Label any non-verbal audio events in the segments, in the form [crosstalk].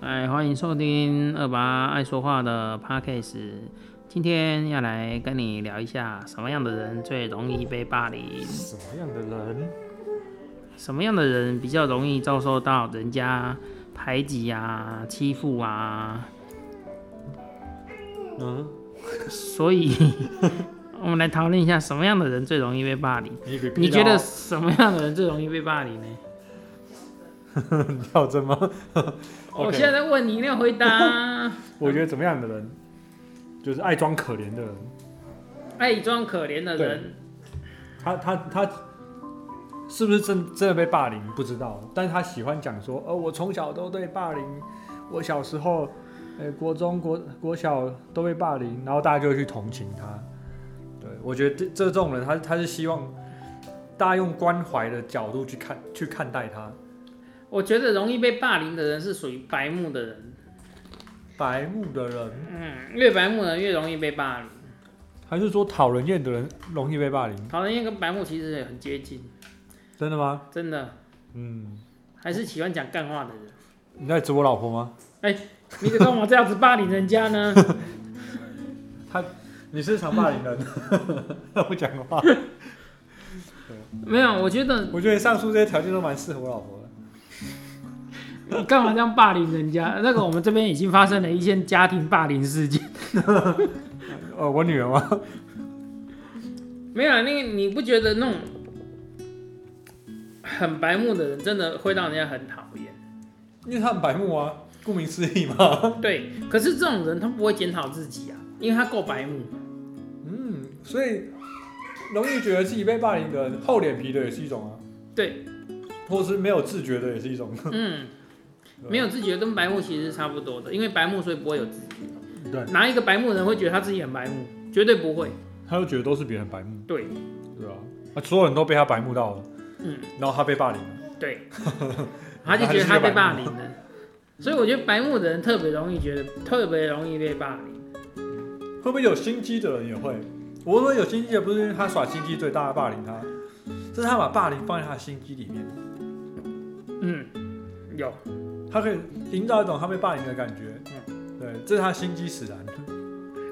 哎，欢迎收听二八爱说话的 Podcast。今天要来跟你聊一下，什么样的人最容易被霸凌？什么样的人？什么样的人比较容易遭受到人家排挤啊、欺负啊？嗯，所以， [laughs] 我们来讨论一下，什么样的人最容易被霸凌？你你觉得什么样的人最容易被霸凌呢？跳针 [laughs] 吗？我 OK 现在在问你，你要回答啊。我觉得怎么样的人，就是爱装可怜的人。爱装可怜的人，他他他是不是真真的被霸凌？不知道，但是他喜欢讲说，呃，我从小都被霸凌，我小时候，呃，国中国国小都被霸凌，然后大家就会去同情他。对，我觉得这这种人，他他是希望大家用关怀的角度去看去看待他。我觉得容易被霸凌的人是属于白目的人。白目的人，嗯，越白目的人越容易被霸凌。还是说讨人厌的人容易被霸凌？讨人厌跟白目其实也很接近，真的吗？真的，嗯，还是喜欢讲干话的人。你在指我老婆吗？你怎么跟我这样子霸凌人家呢？你是常霸凌人， [laughs] 不讲话。 [laughs] 没有，我觉得我觉得上述这些条件都蛮适合我老婆的。你干嘛这样霸凌人家？那个我们这边已经发生了一件家庭霸凌事件。呃，我女儿吗？没有啊，那个你不觉得那种很白目的人，真的会让人家很讨厌？因为她很白目啊，顾名思义嘛。对，可是这种人他不会检讨自己啊，因为他够白目。嗯，所以容易觉得自己被霸凌的人，厚脸皮的也是一种啊，对，或是没有自觉的也是一种。嗯，没有自觉跟白目其实是差不多的，因为白目所以不会有自觉。对，哪一个白目人会觉得他自己很白目？绝对不会。他就觉得都是别人白目。对，对啊，啊，所有人都被他白目到了，嗯，然后他被霸凌了。对， [laughs] 他就觉得他被霸凌了。所以我觉得白目的人特别容易觉得，特别容易被霸凌。会不会有心机的人也会？我说有心机的不是因为他耍心机，所以大家霸凌他，这是他把霸凌放在他的心机里面，嗯，有，他可以营造一种他被霸凌的感觉。对，这是他心机使然。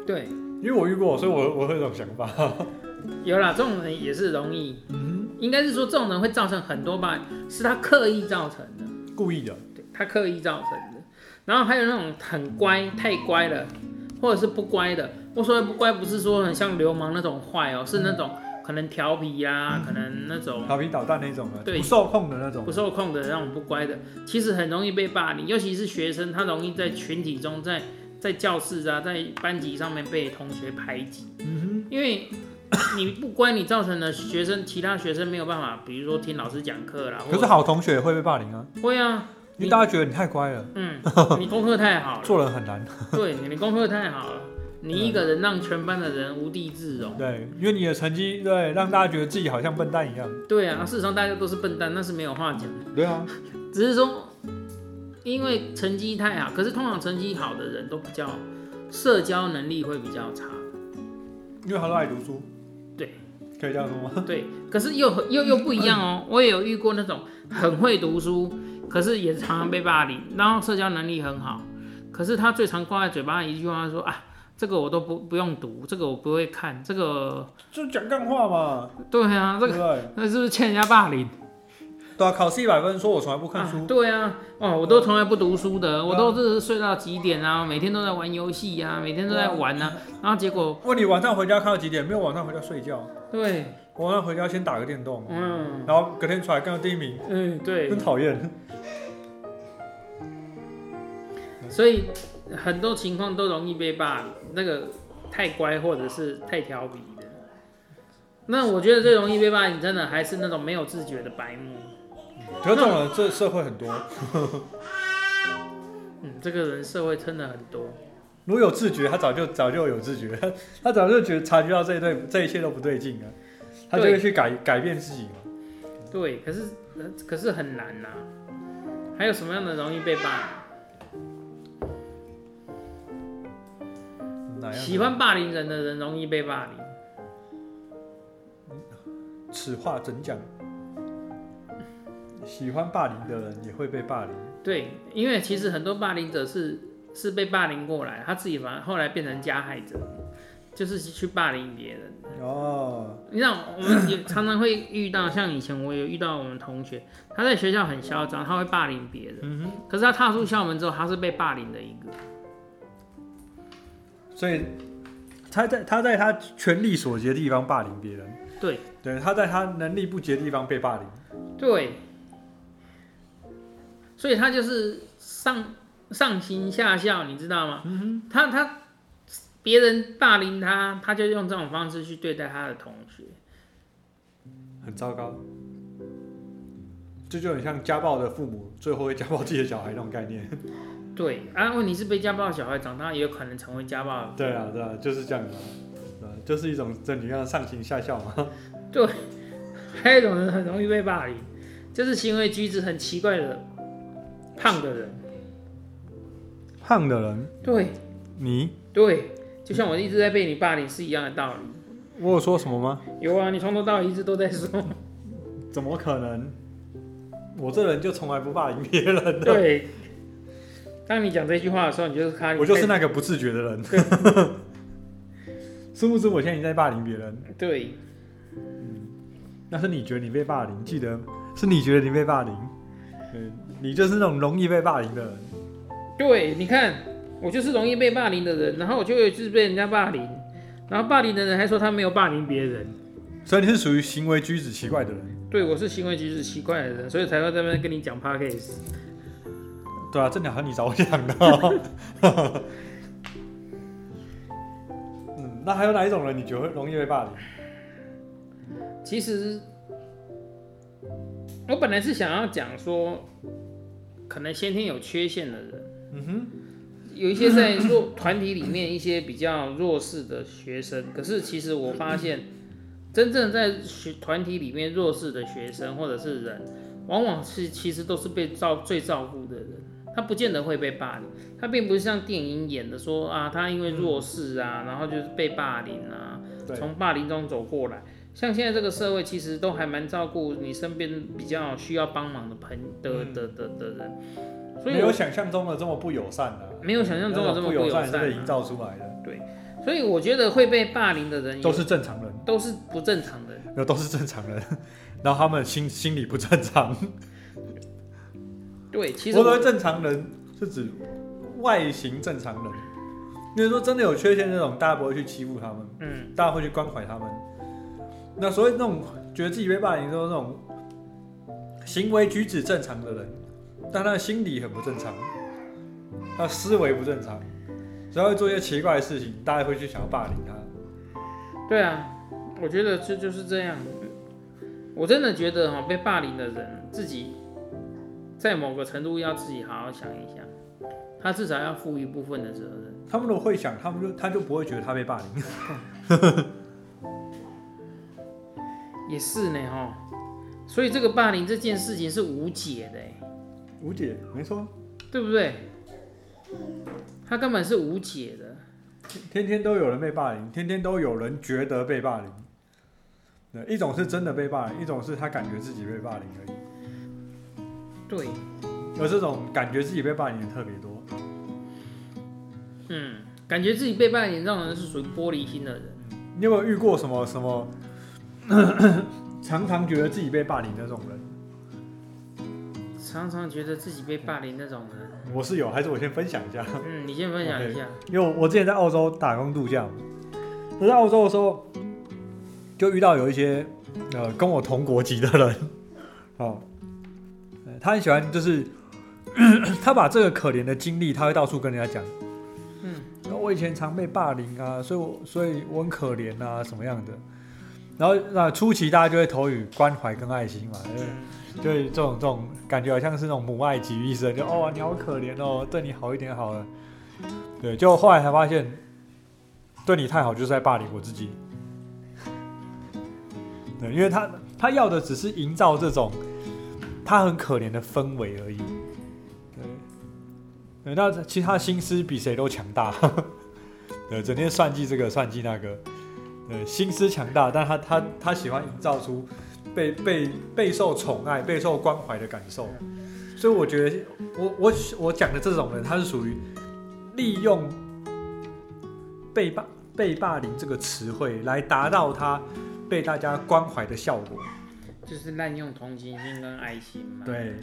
对，因为我遇过，所以我我会有这种想法。 [laughs] 有啦，这种人也是容易，嗯应该是说这种人会造成很多霸凌，是他刻意造成的，哼，故意的。对他刻意造成的。然后还有那种很乖，太乖了，或者是不乖的。我所谓不乖，不是说很像流氓那种坏哦、是那种可能调皮呀、可能那种调皮捣蛋那种的，对不受控的那种不。受控的那种不乖的，其实很容易被霸凌，尤其是学生，他容易在群体中，在在教室啊，在班级上面被同学排挤，嗯因为你不乖，你造成了学生其他学生没有办法，比如说听老师讲课啦，哼，或可是好同学也会被霸凌啊，会啊，因你为大家觉得你太乖了， [laughs] 嗯，你功课太好了，做人很难。 [laughs] 对，你功课太好了，你一个人让全班的人无地自容，对，因为你的成绩，对，让大家觉得自己好像笨蛋一样。对啊，事实上大家都是笨蛋，那是没有话讲的。对啊，只是说，因为成绩太好，可是通常成绩好的人都比较社交能力会比较差，因为他都爱读书。对，可以这样说吗？对。可是又很又又不一样哦，我也有遇过那种很会读书，可是也常常被霸凌，然后社交能力很好，可是他最常挂在嘴巴的一句话说啊，这个我都不不用读，这个我不会看，这个就讲干话嘛，对啊，这对个 [laughs] 不对？那是不是欠人家霸凌？对啊，考试一百分，说我从来不看书啊。对啊，哦，我都从来不读书的，我都是睡到几点啊，每天都在玩游戏啊，每天都在玩啊，然后结果问你晚上回家看到几点？没有晚上回家睡觉，对，我晚上回家先打个电动，嗯然后隔天出来干到第一名，嗯对真，讨厌。所以很多情况都容易被霸凌，那个太乖或者是太调皮的。那我觉得最容易被霸凌，真的还是那种没有自觉的白目。可是这种人，这社会很多，嗯，这个人社会真的很多。如果有自觉，他早就早就有自觉， [laughs] 他他早就觉得察觉到这一对这一切都不对劲了，他就会去改改变自己嘛。对，可是呃可是很难呐、还有什么样的容易被霸哪凌？样喜欢霸凌人的人容易被霸凌。此话怎讲？喜欢霸凌的人也会被霸凌，对，因为其实很多霸凌者是是被霸凌过来，他自己反而后来变成加害者，就是去霸凌别人。哦，你知道，我们也常常会遇到，像以前我有遇到我们同学，他在学校很嚣张，他会霸凌别人。可是他踏出校门之后，他是被霸凌的一个。所以他在他在他权力所及的地方霸凌别人，对对，他在他能力不及的地方被霸凌。对，所以他就是上上行下效，你知道吗？他他别人霸凌他，他就用这种方式去对待他的同学。很糟糕。这就很像家暴的父母最后会家暴自己的小孩那种概念。对啊，问题是被家暴的小孩长大也有可能成为家暴的。对啊，对啊，就是这样子啊、对啊，就是一种这你像上行下效嘛。还有一种人很容易被霸凌，就是行为举止很奇怪的胖的人。胖的人，对你对，就像我一直在被你霸凌是一样的道理。我有说什么吗？有啊，你从头到尾一直都在说。怎么可能？我这人就从来不霸凌别人的，对，当你讲这句话的时候，你就是看，我就是那个不自觉的人。 [laughs] 殊不知我现在已经在霸凌别人，对那是你觉得你被霸凌，记得是你觉得你被霸凌，嗯，你就是那种容易被霸凌的人。对，你看，我就是容易被霸凌的人，然后我就有一次被人家霸凌，然后霸凌的人还说他没有霸凌别人。所以你是属于行为举止奇怪的人，对，我是行为举止奇怪的人，所以才会在那边跟你讲 p a c a s e 对啊，这两和你着想的哦、 [laughs] 嗯，那还有哪一种人你觉得会容易被霸凌？其实我本来是想要讲说，可能先天有缺陷的人，嗯哼，有一些在弱团体里面一些比较弱势的学生，可是其实我发现，真正在学团体里面弱势的学生或者是人，往往是其实都是被照最照顾的人，他不见得会被霸凌，他并不是像电影演的说啊，他因为弱势啊，然后就是被霸凌啊，对，从霸凌中走过来。像现在这个社会，其实都还蛮照顾你身边比较需要帮忙的朋的的的的人，所以没我有想象中的这么不友善啊的、没有想象中的这么不不友善善、是被啊营。造出来的，所以我觉得会被霸凌的人都是正常人，都是不正常的人，没有都是正常人，然后他们心心理不正常。对，其实我所我谓正常人是指外形正常人，因为说真的有缺陷那种，大家不会去欺负他们。嗯，大家会去关怀他们。那所以那种觉得自己被霸凌的时候，那种行为举止正常的人，但他的心理很不正常，他的思维不正常，所以他会做一些奇怪的事情，大家会去想要霸凌他。对啊，我觉得这就是这样。我真的觉得哈、被霸凌的人自己在某个程度要自己好好想一想，他至少要负一部分的责任。他们如果会想，他们就他就不会觉得他被霸凌。也是呢哈、所以这个霸凌这件事情是无解的欸，吴姐，没错，对不对？他根本是无解的。天天都有人被霸凌，天天都有人觉得被霸凌。对，一种是真的被霸凌，一种是他感觉自己被霸凌而已。对，而这种感觉自己被霸凌的特别多。嗯，感觉自己被霸凌这种人是属于玻璃心的人。你有没有遇过什么什么 [coughs] 常常觉得自己被霸凌的那种人？常常觉得自己被霸凌那种人。我是有，还是我先分享一下？嗯，你先分享一下。因为我之前在澳洲打工度假嘛，我在澳洲的时候就遇到有一些呃跟我同国籍的人，哦，呃他很喜欢就是 [coughs] 他把这个可怜的经历，他会到处跟人家讲，嗯，然后我以前常被霸凌啊，所以我所以我很可怜啊，什么样的。然后那初期大家就会投予关怀跟爱心嘛，就是嗯就是这种这种感觉，好像是那种母爱级医生，就哦你好可怜哦，对你好一点好了。对，就后来才发现，对你太好就是在霸凌我自己。对，因为他他要的只是营造这种他很可怜的氛围而已。对，对，那其实他心思比谁都强大， [laughs] 对，整天算计这个算计那个，对，心思强大，但他他他喜欢营造出被被备受宠爱、备受关怀的感受，所以我觉得我我我讲的这种人，他是属于利用被霸被霸凌这个词汇来达到他被大家关怀的效果。就是滥用同情心跟爱心嘛。，对，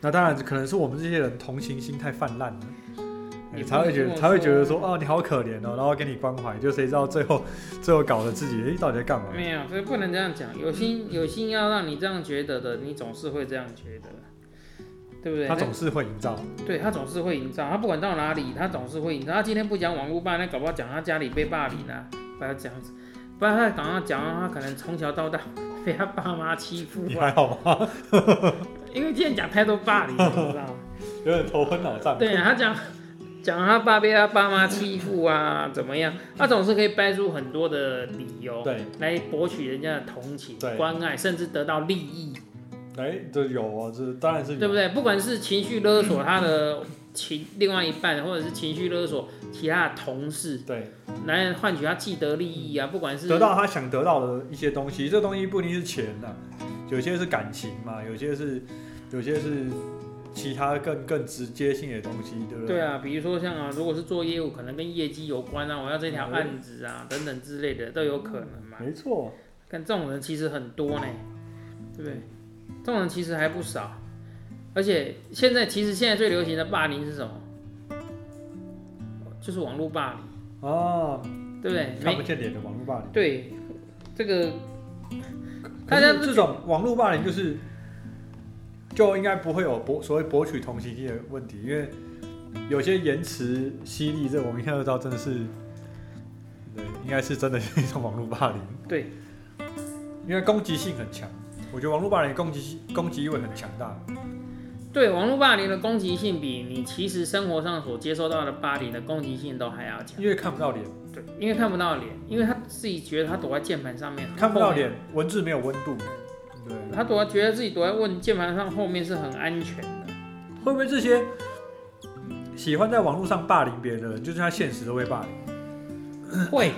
那当然可能是我们这些人同情心太泛滥了，也才会觉不能这得么才会觉得说哦你好可怜哦，然后给你关怀，就谁知道最后最后搞得自己诶到底在干嘛？没有，所以不能这样讲。有心有心要让你这样觉得的，你总是会这样觉得，对不对？他总是会营造，对他总是会营造，他不管到哪里，他总是会营造。他今天不讲网络霸凌，那搞不好讲他家里被霸凌啊，把他这样子，不然他刚刚讲到他可能从小到大被他爸妈欺负你啊，还好吗？ [laughs] 因为今天讲太多霸凌了，你知道吗？有点头昏脑胀。对啊，他讲讲他爸被他爸妈欺负啊，怎么样？他总是可以掰出很多的理由对，来博取人家的同情对、关爱，甚至得到利益，哎，这有哦，这当然是有对不对？不管是情绪勒索他的情另外一半，或者是情绪勒索其他的同事，对，来换取他既得利益啊，不管是得到他想得到的一些东西，这东西不一定是钱呐、有些是感情嘛，有些是有些是其他更更直接性的东西，对不对对？啊，比如说像啊，如果是做业务，可能跟业绩有关啊，我要这条案子啊等等之类的都有可能嘛。没错，但这种人其实很多呢，对不对？这种人其实还不少，而且现在其实现在最流行的霸凌是什么？就是网络霸凌，啊，对不对？看不没见脸的网络霸凌。对这个可大家是这种网络霸凌就是就应该不会有博所谓博取同情心的问题，因为有些言辞犀利，这我们一看就知道真的是，对，应该是真的是一种网络霸凌，对因为攻击性很强。我觉得网络霸凌攻击性攻击意味很强大，对网络霸凌的攻击性比你其实生活上所接受到的霸凌的攻击性都还要强。因为看不到脸，对，因为看不到脸，因为他自己觉得他躲在键盘上面，看不到后面脸，文字没有温度，对。他躲在觉得自己躲在问键盘上后面是很安全 [clears throat] 的。会不会这些喜欢在网络上霸凌别人的人，就是他现实都会霸凌？会，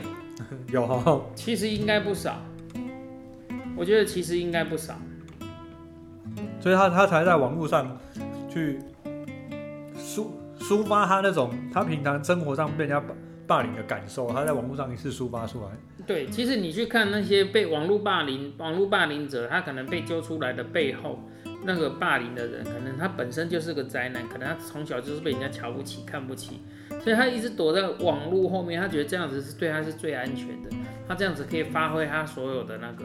有哦哈，其实应该不少，我觉得其实应该不少。所以他他才在网络上去抒抒发他那种他平常生活上被人家霸霸凌的感受，他在网络上一次抒发出来。对，其实你去看那些被网络霸凌、网络霸凌者，他可能被揪出来的背后，那个霸凌的人，可能他本身就是个宅男，可能他从小就是被人家瞧不起、看不起，所以他一直躲在网络后面，他觉得这样子是对他是最安全的，他这样子可以发挥他所有的那个，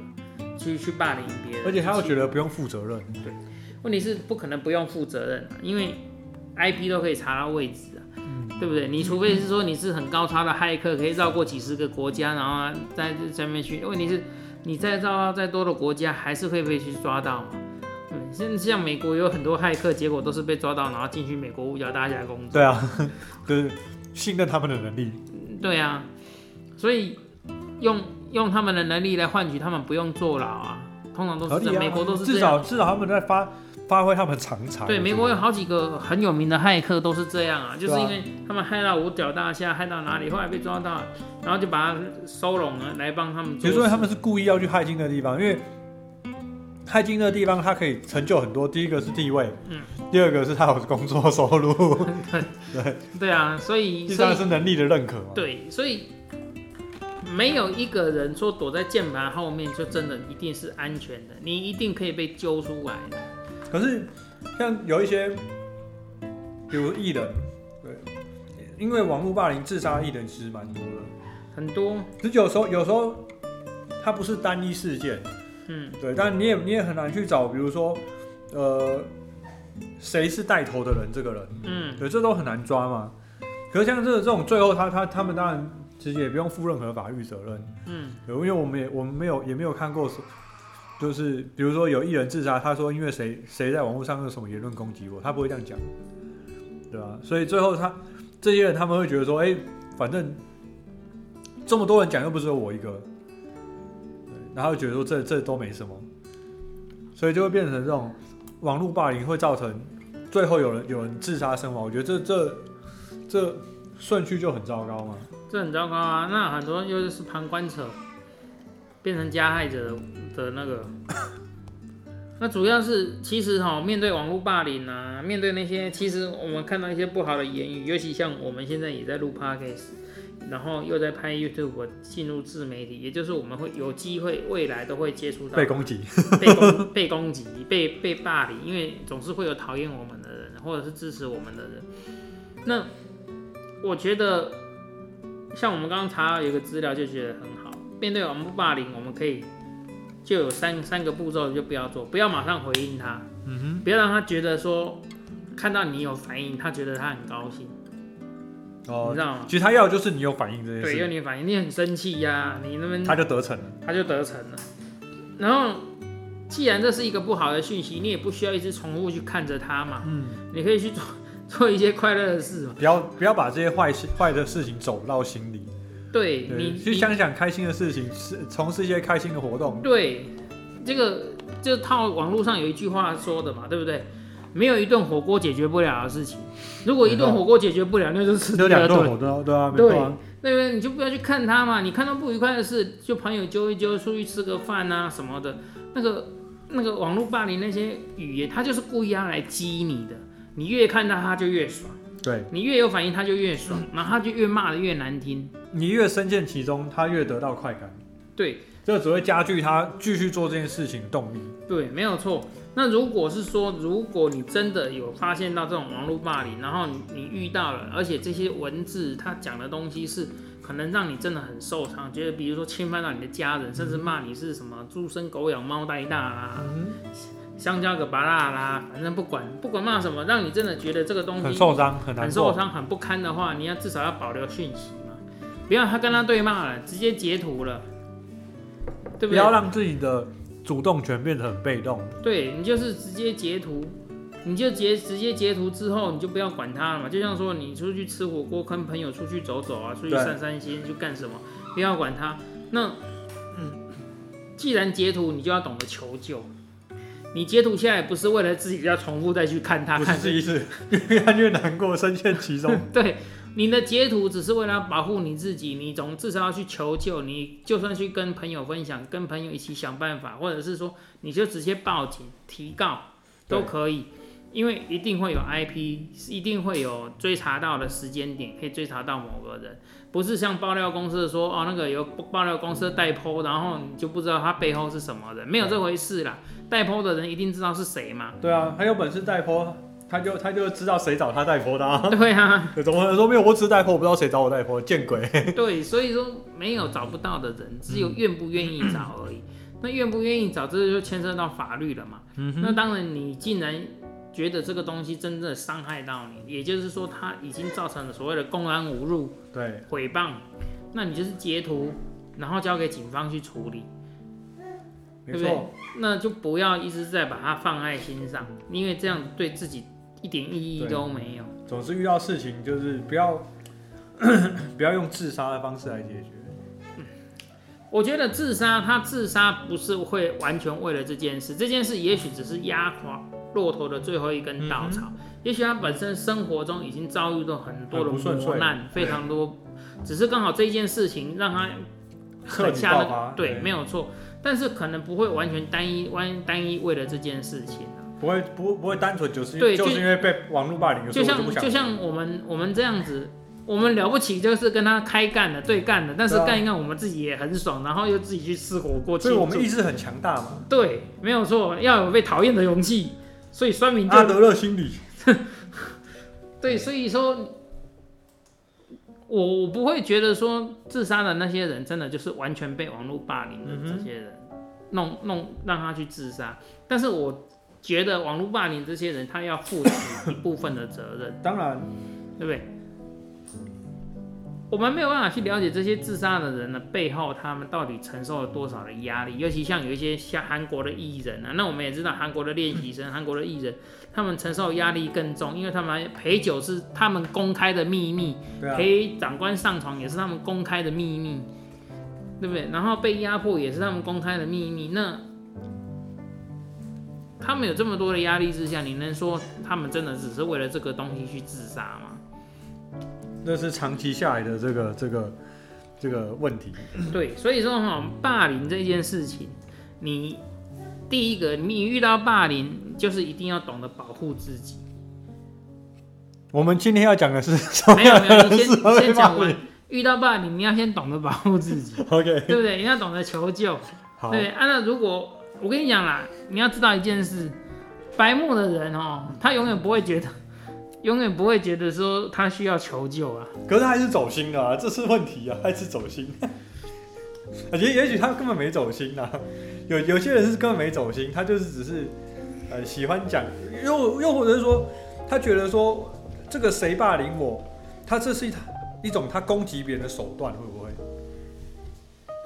去去霸凌别人，而且他又觉得，得不用负责任，问题是不可能不用负责任啊，因为 IP 都可以查到位置啊。嗯对不对？你除非是说你是很高超的骇客，可以绕过几十个国家，然后在这上面去。问题是，你再绕到再多的国家，还是会被去抓到嘛？对，甚至像美国有很多骇客，结果都是被抓到，然后进去美国五角大厦工作。对啊， [laughs] 就是信任他们的能力。对啊，所以用用他们的能力来换取他们不用坐牢啊，通常都合是这理样。啊，美国都是这至样。少至少他们在发发挥他们的长才。对，我觉得美国有好几个很有名的骇客都是这样啊，就是对啊因为他们害到五角大厦，害到哪里，后来被抓到，然后就把他收拢了，来帮他们比做如事。说他们是故意要去害进那个地方，因为害进那个地方，他可以成就很多。第一个是地位，嗯第二个是他有工作收入，对啊，所以第所三个以是能力的认可嘛。对，所以没有一个人说躲在键盘后面就真的一定是安全的，你一定可以被揪出来的。可是像有一些，比如艺人，对，因为网络霸凌自杀艺人其实蛮多的，很多，只是有时候有时候它不是单一事件，嗯，对，但你也你也很难去找，比如说呃，谁是带头的人，这个人，嗯，对，这都很难抓嘛。可是像这这种最后他他他们当然其实也不用负任何法律责任，嗯，对，因为我们也我们没有也没有看过是，就是比如说有艺人自杀，他说因为谁谁在网络上有什么言论攻击我，他不会这样讲，对吧、所以最后他这些人他们会觉得说，哎、反正这么多人讲又不是只有我一个，对，然后觉得说这这都没什么，所以就会变成这种网络霸凌会造成最后有人有人自杀身亡，我觉得这这这顺序就很糟糕嘛。这很糟糕啊。那很多又是旁观者，变成加害者的那个， [coughs] 那主要是其实哈、面对网络霸凌啊，面对那些其实我们看到一些不好的言语，尤其像我们现在也在录 podcast，然后又在拍 YouTube，进入自媒体，也就是我们会有机会未来都会接触到被攻击，被攻 [laughs] 被攻击、被被霸凌，因为总是会有讨厌我们的人，或者是支持我们的人。那我觉得，像我们刚刚查到有一个资料，就觉得很好。面对网络霸凌，我们可以就有三三个步骤，就不要做，不要马上回应他，嗯哼，不要让他觉得说看到你有反应，他觉得他很高兴，你哦知，道吗？其实他要的就是你有反应这件对，有事，你的反应，你很生气呀、你那边他就得逞了。他就得逞了。然后，既然这是一个不好的讯息，你也不需要一直重复去看着它嘛，嗯，你可以去做 [laughs] 做一些快乐的事嘛。不要不要把这些坏事坏的事情走到心里，对对，你，去你想想开心的事情，是从事一些开心的活动。对这个就套网络上有一句话说的嘛，对不对？没有一顿火锅解决不了的事情，如果一顿火锅解决不了，那就吃第有两二顿顿。火都对啊，没对错啊，对不对？你就不要去看他嘛，你看到不愉快的事，就朋友揪一揪，出去吃个饭啊什么的。那个那个网络霸凌那些语言，他就是故意要来激你的。你越看到他就越爽，对你越有反应他就越爽，然后他就越骂的越难听。你越深陷其中，他越得到快感，对这只会加剧他继续做这件事情的动力。对，没有错。那如果是说，如果你真的有发现到这种网络霸凌，然后你你遇到了，而且这些文字他讲的东西是可能让你真的很受伤，觉得比如说侵犯到你的家人，甚至骂你是什么猪生狗养猫带大啦、嗯，香蕉个拔辣啦，反正不管不管骂什么，让你真的觉得这个东很西受伤，很难很过受。伤、很不堪的话，你要至少要保留讯息嘛，不要他跟他对骂了，直接截图了，对不对？要让自己的主动权变得很被动。对你就是直接截图，你就截直接截图之后，你就不要管他了嘛。就像说你出去吃火锅，跟朋友出去走走啊，出去对散散心，去干什么，不要管他。那嗯，既然截图，你就要懂得求救。你截图下来不是为了自己要重复再去看他不啊看是这意思， [laughs] 越看越难过，深陷其中。 [laughs] 对，你的截图只是为了保护你自己，你总至少要去求救。你就算去跟朋友分享，跟朋友一起想办法，或者是说你就直接报警提告都对可以，因为一定会有 IP，一定会有追查到的时间点，可以追查到某个人。不是像爆料公司说哦，那个有爆料公司的代剖，然后你就不知道他背后是什么人，没有这回事啦。代剖的人一定知道是谁嘛？对啊，他有本事带坡，他就他就知道谁找他带坡的、啊。对啊。总不能说没有我只是带坡，我不知道谁找我带坡，见鬼！对，所以说没有找不到的人，只有愿不愿意找而已。嗯那愿不愿意找，这就牵涉到法律了嘛。那当然，你既然觉得这个东西真的伤害到你，也就是说它已经造成了所谓的公然侮辱、 [laughs] 对，诽谤，那你就是截图，然后交给警方去处理。没对错，那就不要一直在把它放在心上，因为这样对自己一点意义对都没有。总是遇到事情就是不要 [clears throat] 不要用自杀的方式来解决。我觉得自杀，他自杀不是会完全为了这件事，这件事也许只是压垮骆驼的最后一根稻嗯草。也许他本身生活中已经遭遇到很多的哎很不顺遂磨难，非常多，只是刚好这一件事情让他哎彻狠底下那爆个发，哎对，对没有错。但是可能不会完全单一完单一为了这件事情啊、不会不不会单纯就是对就就是因为被网络霸凌，有时就候我就像不想就像我们我们这样子，我们了不起就是跟他开干了对干了，但是对啊干一干我们自己也很爽，然后又自己去吃火锅庆所以祝，我们意志很强大嘛，对，没有错，要有被讨厌的勇气。所以酸民就、阿德勒心理。对，所以说，我我不会觉得说自杀的那些人真的就是完全被网络霸凌的这些人、弄弄让他去自杀，但是我觉得网络霸凌这些人他要负起一部分的责任，当然，对不对？我们没有办法去了解这些自杀的人的背后，他们到底承受了多少的压力，尤其像有一些像韩国的艺人啊，那我们也知道韩国的练习嗯生、韩国的艺人，他们承受压力更重，因为他们陪酒是他们公开的秘密，对啊，陪长官上床也是他们公开的秘密，对不对？然后被压迫也是他们公开的秘密。那他们有这么多的压力之下，你能说他们真的只是为了这个东西去自杀吗？那是长期下来的这个这个这个问题。对，所以说哈，霸凌这件事情，你第一个，你遇到霸凌，就是一定要懂得保护自 [laughs] 己。我们今天要讲的是什么没有样没有，的你人先 [laughs] 是会先霸讲完凌。遇到霸凌，你要先懂得保护自 [laughs] 己， ？OK，对不对？你要懂得求救。好，对，按、啊、照如果我跟你讲啦，你要知道一件事，白目的人哦，他永远不会觉得， [laughs] 永远不会觉得说他需要求救啊。可是他还是走心啊，这是问题啊，还是走心。也也许他根本没走心啊，有有些人是根本没走心，他就是只是呃喜欢讲，又又或者是说他觉得说这个谁霸凌我，他这是一一种他攻击别人的手段，会不会？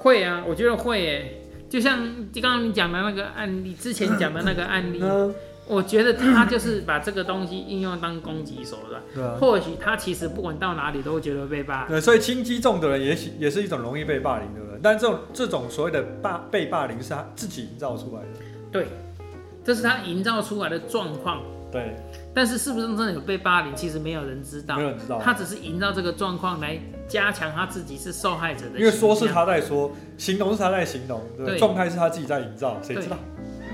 会啊，我觉得会诶，就像刚刚你讲的那个案例，之前讲的那个案 [laughs] 例，嗯，我觉得他就是把这个东西应用当攻击手段。对啊，或许他其实不管到哪里都会觉得被霸凌。对，所以心机重的人也许也是一种容易被霸凌的人，但这种这种所谓的霸被霸凌是他自己营造出来的，对，这是他营造出来的状况，对，但是是不是真的有被霸凌，其实没有人知道没。有人知道。啊他只是营造这个状况来加强他自己是受害者的，因为说是，他在说，行动是他在行动，对不对，对状态是他自己在营造，谁知道？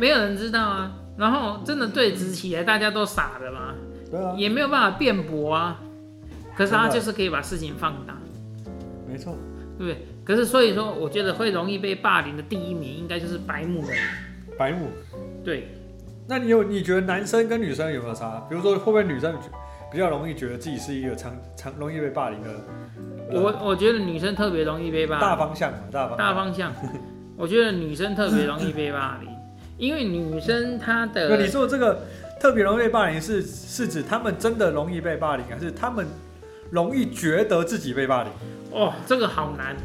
没有人知道啊。然后真的对峙起来，大家都傻了嘛，对啊，也没有办法辩驳啊。可是他真的就是可以把事情放大，没错，对不对？可是所以说，我觉得会容易被霸凌的第一名应该就是白目人，白目。对。那你有你觉得男生跟女生有没有差？比如说，会不会女生比较容易觉得自己是一个常常容易被霸凌的？呃我我觉得女生特别容易被霸凌大。方向嘛，大方大向。方向， [laughs] 我觉得女生特别容易被霸凌，因为女生她那你的说这个特别容易被霸凌是是指他们真的容易被霸凌，还是他们容易觉得自己被霸凌？哦，这个好难，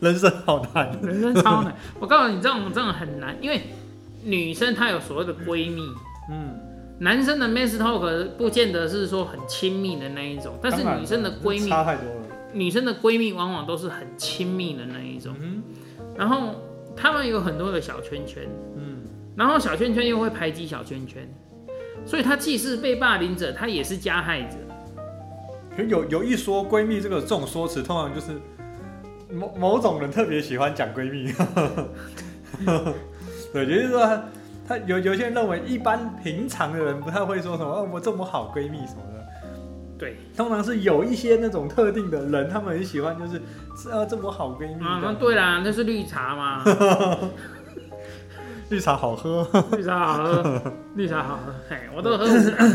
人生好难。人生超 [laughs] 难。我告诉你，这种这种很难，因为女生她有所谓的闺蜜，嗯，男生的 mess talk 不见得是说很亲密的那一种，但是当然女生的闺蜜，差太多了。女生的闺蜜往往都是很亲密的那一种，嗯然后她们有很多的小圈圈，嗯，然后小圈圈又会排挤小圈圈，所以她既是被霸凌者，她也是加害者。可有有一说闺蜜这个这种说辞，通常就是某某种人特别喜欢讲闺蜜。 [laughs] 对，也就是说他，他有有些人认为一般平常的人不太会说什么“哦，我这么好闺蜜”什么的。对，通常是有一些那种特定的人，他们很喜欢，就是是啊，这么好闺蜜。啊，这那样对啦，那是绿茶 [laughs] 嘛，绿茶好喝， [laughs] 绿茶好喝，绿茶好喝，嘿，我都喝五 [laughs] 台。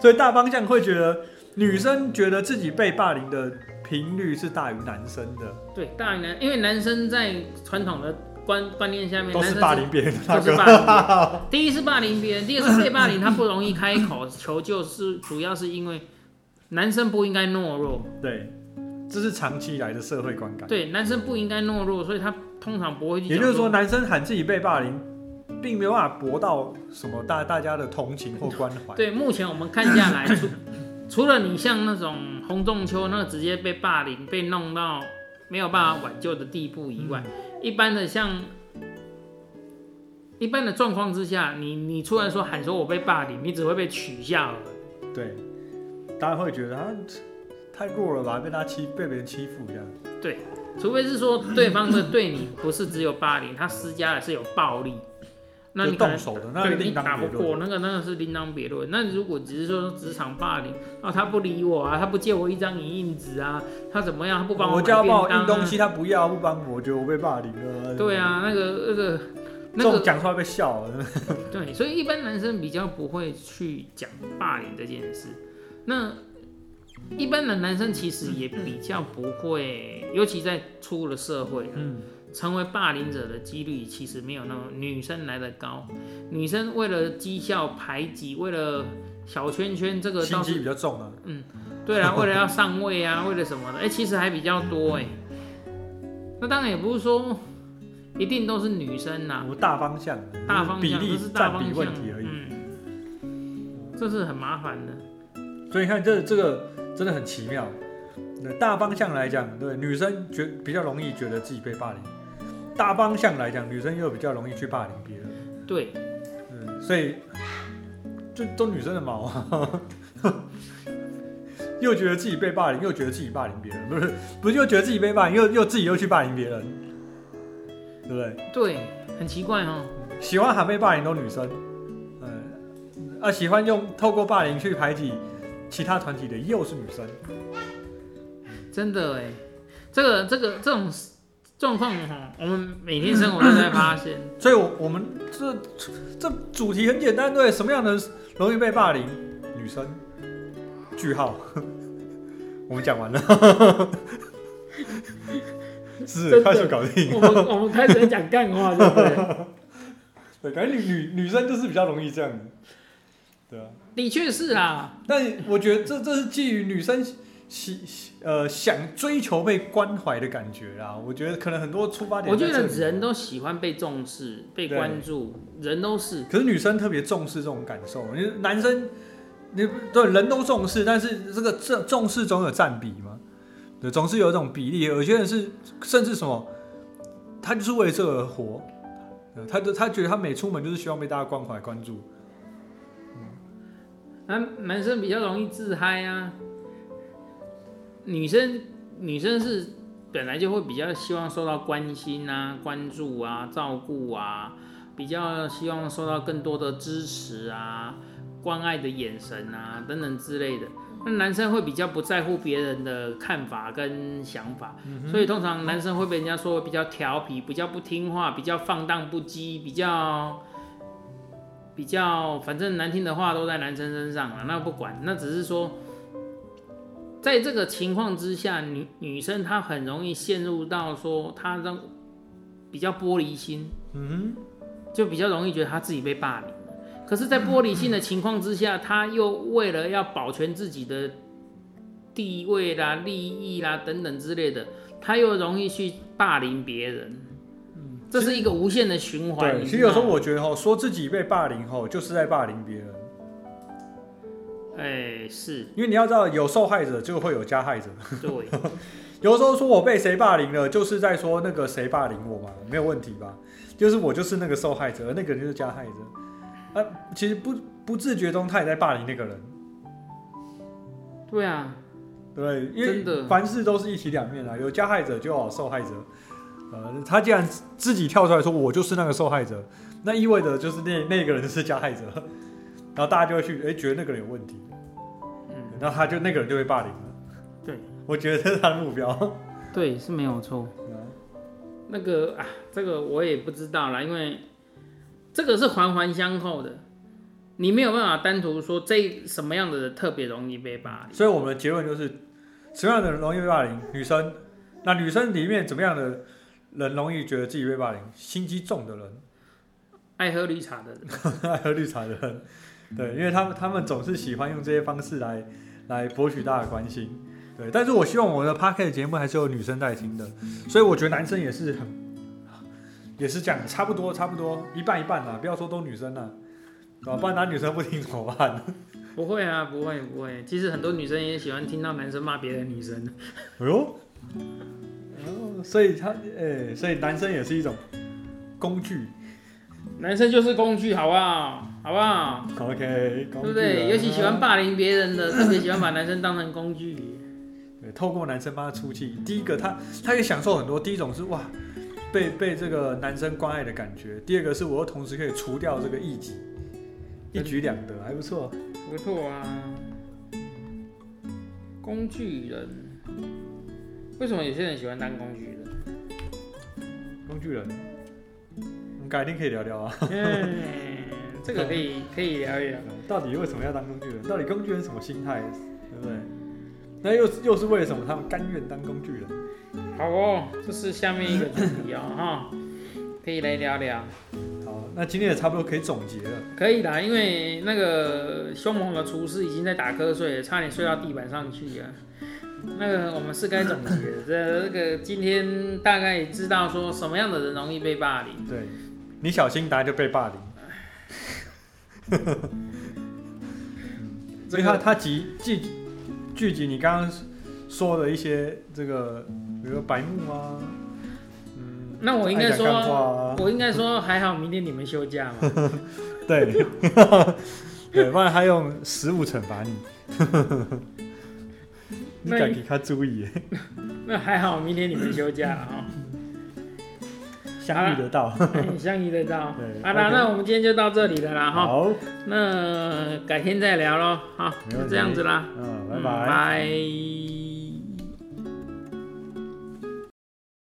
所以大方向会觉得女生觉得自己被霸凌的频率是大于男生的，对，大于男，因为男生在传统的观观念下面，都男生是霸凌别人的那都是个。霸凌别人。第一是霸凌别人，第二是被霸凌，他不容易开 [laughs] 口求救是，主要是因为男生不应该懦弱， [laughs] 对，这是长期以来的社会观感。对，男生不应该懦弱，所以他通常不会去。也就是说，，男生喊自己被霸凌，并没有办法博到什么大大家的同情或关怀。对，目前我们看下来，除除了你像那种洪仲秋那个直接被霸凌、被弄到没有办法挽救的地步以外，嗯一般的像一般的状况之下，你你突然说喊说我被霸凌，你只会被取笑而已。对，大家会觉得啊，太过了吧，被他欺，被别人欺负这样。除非是说对方的对你不是只有霸凌，他施加的是有暴力，那你就可能动手的那对你另打当不别论。过那个那个是另当别论。那如果只是说职场霸凌，啊，他不理我啊，他不借我一张影印纸啊，他怎么样，他不帮我买就要便帮我当印东啊，西，他不要，不帮我，我觉得我被霸凌了。对，啊，那个那个这那种个讲出来被笑。真的对，所以一般男生比较不会去讲霸凌这件事。那一般的男生其实也比较不会，尤其在出了社会，啊嗯，成为霸凌者的几率其实没有那么女生来的高。女生为了绩效排挤，为了小圈圈，这个 [laughs] 心倒机是比较重啊。对啦，为了要上位啊，为了什么的，哎、其实还比较多哎、那当然也不是说一定都是女生呐、我们大方向，大方比向例这是大占方比向，问题而已。嗯，这是很麻烦的。所以你看这这个真的很奇妙。那大方向来讲，对女生觉比较容易觉得自己被霸凌；大方向来讲，女生又比较容易去霸凌别人。对，嗯，所以就都女生的毛啊，又觉得自己被霸凌，又觉得自己霸凌别人，不是不是又觉得自己被霸凌，又又自己又去霸凌别人，对不对？对，很奇怪哦。喜欢喊被霸凌都女生，呃，啊，喜欢用透过霸凌去排挤其他团体的又是女生。真的哎，这个这个这种状况哈，我们每天生活都在发现。所以我，我们这这主题很简单，对，什么样的人容易被霸凌？女生。句号。 [laughs] 我们讲完了， [laughs] 真是的快速搞定。我们我们开始在讲干话，对不对？对，感觉女女女生就是比较容易这样，对啊。 [laughs] 的确是啊啦，但我觉得这这是基于女生喜喜呃想追求被关怀的感觉啦。我觉得可能很多出发点，我觉得人，都喜欢被重视、被关注，人都是。可是女生特别重视这种感受，因为男生你对人都重视，但是这个这重视总有占比嘛，对，总是有一种比例。有些人是甚至什么，他就是为了这个而活，呃他就他觉得他每出门就是希望被大家关怀关注。男啊男生比较容易自嗨啊，女生女生是本来就会比较希望受到关心啊、关注啊、照顾啊，比较希望受到更多的支持啊、关爱的眼神啊等等之类的。那男生会比较不在乎别人的看法跟想法，所以通常男生会被人家说比较调皮、比较不听话、比较放荡不羁、比较比较，反正难听的话都在男生身上啊了，那不管，那只是说，在这个情况之下，女女生她很容易陷入到说她让比较玻璃心，嗯就比较容易觉得她自己被霸凌了。可是，在玻璃心的情况之下，她又为了要保全自己的地位啦、利益啦等等之类的，她又容易去霸凌别人，这是一个无限的循哼，环。对，你其实知道有时候吗我觉得哦，说自己被霸凌后，就是在霸凌别人。哎、是因为你要知道，有受害者就会有加害者。 [laughs] 对。有时候说我被谁霸凌了，就是在说那个谁霸凌我嘛，没有问题吧？就是我就是那个受害者，而那个人就是加害者。啊，其实不不自觉中他也在霸凌那个人，对啊，对不对，因真的为凡事都是一体两面啊啦，有加害者就有受害者。呃，他既然自己跳出来说我就是那个受害者，那意味着就是那那个人是加害者，然后大家就会去哎、觉得那个人有问题，嗯，然后他就那个人就被霸凌了。对，我觉得这是他的目标。对，是没有错。那个啊，这个我也不知道啦，因为这个是环环相扣的，你没有办法单独说这什么样的人特别容易被霸凌。所以我们的结论就是，什么样的人容易被霸凌？女生。那女生里面怎么样的人容易觉得自己被霸凌？心机重的人， [laughs] 爱喝绿茶的人，爱喝绿茶的人，对，因为他们他们总是喜欢用这些方式来来博取大家的关心。对，但是我希望我的 p a r k e t 节目还是有女生在听的，所以我觉得男生也是很，也是这样，差不多差不多一半一半啦，不要说都女生啦，啊，不然男女生不听怎么办？不会啊，不会不会。其实很多女生也喜欢听到男生骂别的女生。哎呦，哦所以他，哎、所以男生也是一种工具男生就是工具，好不好？好不好？ ，OK，对工具啊不对？人尤其喜欢，霸凌别人的，特别喜欢把男生当成工具。对，透过男生帮他出气。第一个他，他可以享受很多。第一种是哇，被被这个男生关爱的感觉；第二个是我又同时可以除掉这个异己，一举两得，还不错。不错啊，工具人。为什么有些人喜欢当工具人？工具人，我们改天可以聊聊啊， [laughs] 嗯，这个可以可以聊一聊。到底为什么要当工具人？到底工具人什么心态，对不对？那又是又是为什么他们甘愿当工具人？好哦，这是下面一个主题哦，哈，可以来聊聊。好，那今天也差不多可以总结了。可以啦，因为那个凶猛的厨师已经在打瞌睡了，差点睡到地板上去啊。那个我们是该总结了，这这个今天大概知道说什么样的人容易被霸凌。对，你小心，大家就被霸凌。所以他他集聚聚集你刚刚说的一些这个，比如说白目啊，嗯，那我应该说爱讲干话啊，我应该说还好，明天你们休假嘛。 [laughs] 对，对，不然他用食物惩罚你。 [laughs] 你啊那敢给他注意耶？哦那还好，明天你们休假了哈。相遇得到。 [laughs] 哎相遇得到对。好啦， OK 那我们今天就到这里了啦哈。好，那改天再聊喽，好，哦没问就题这样子啦，嗯，嗯拜拜。拜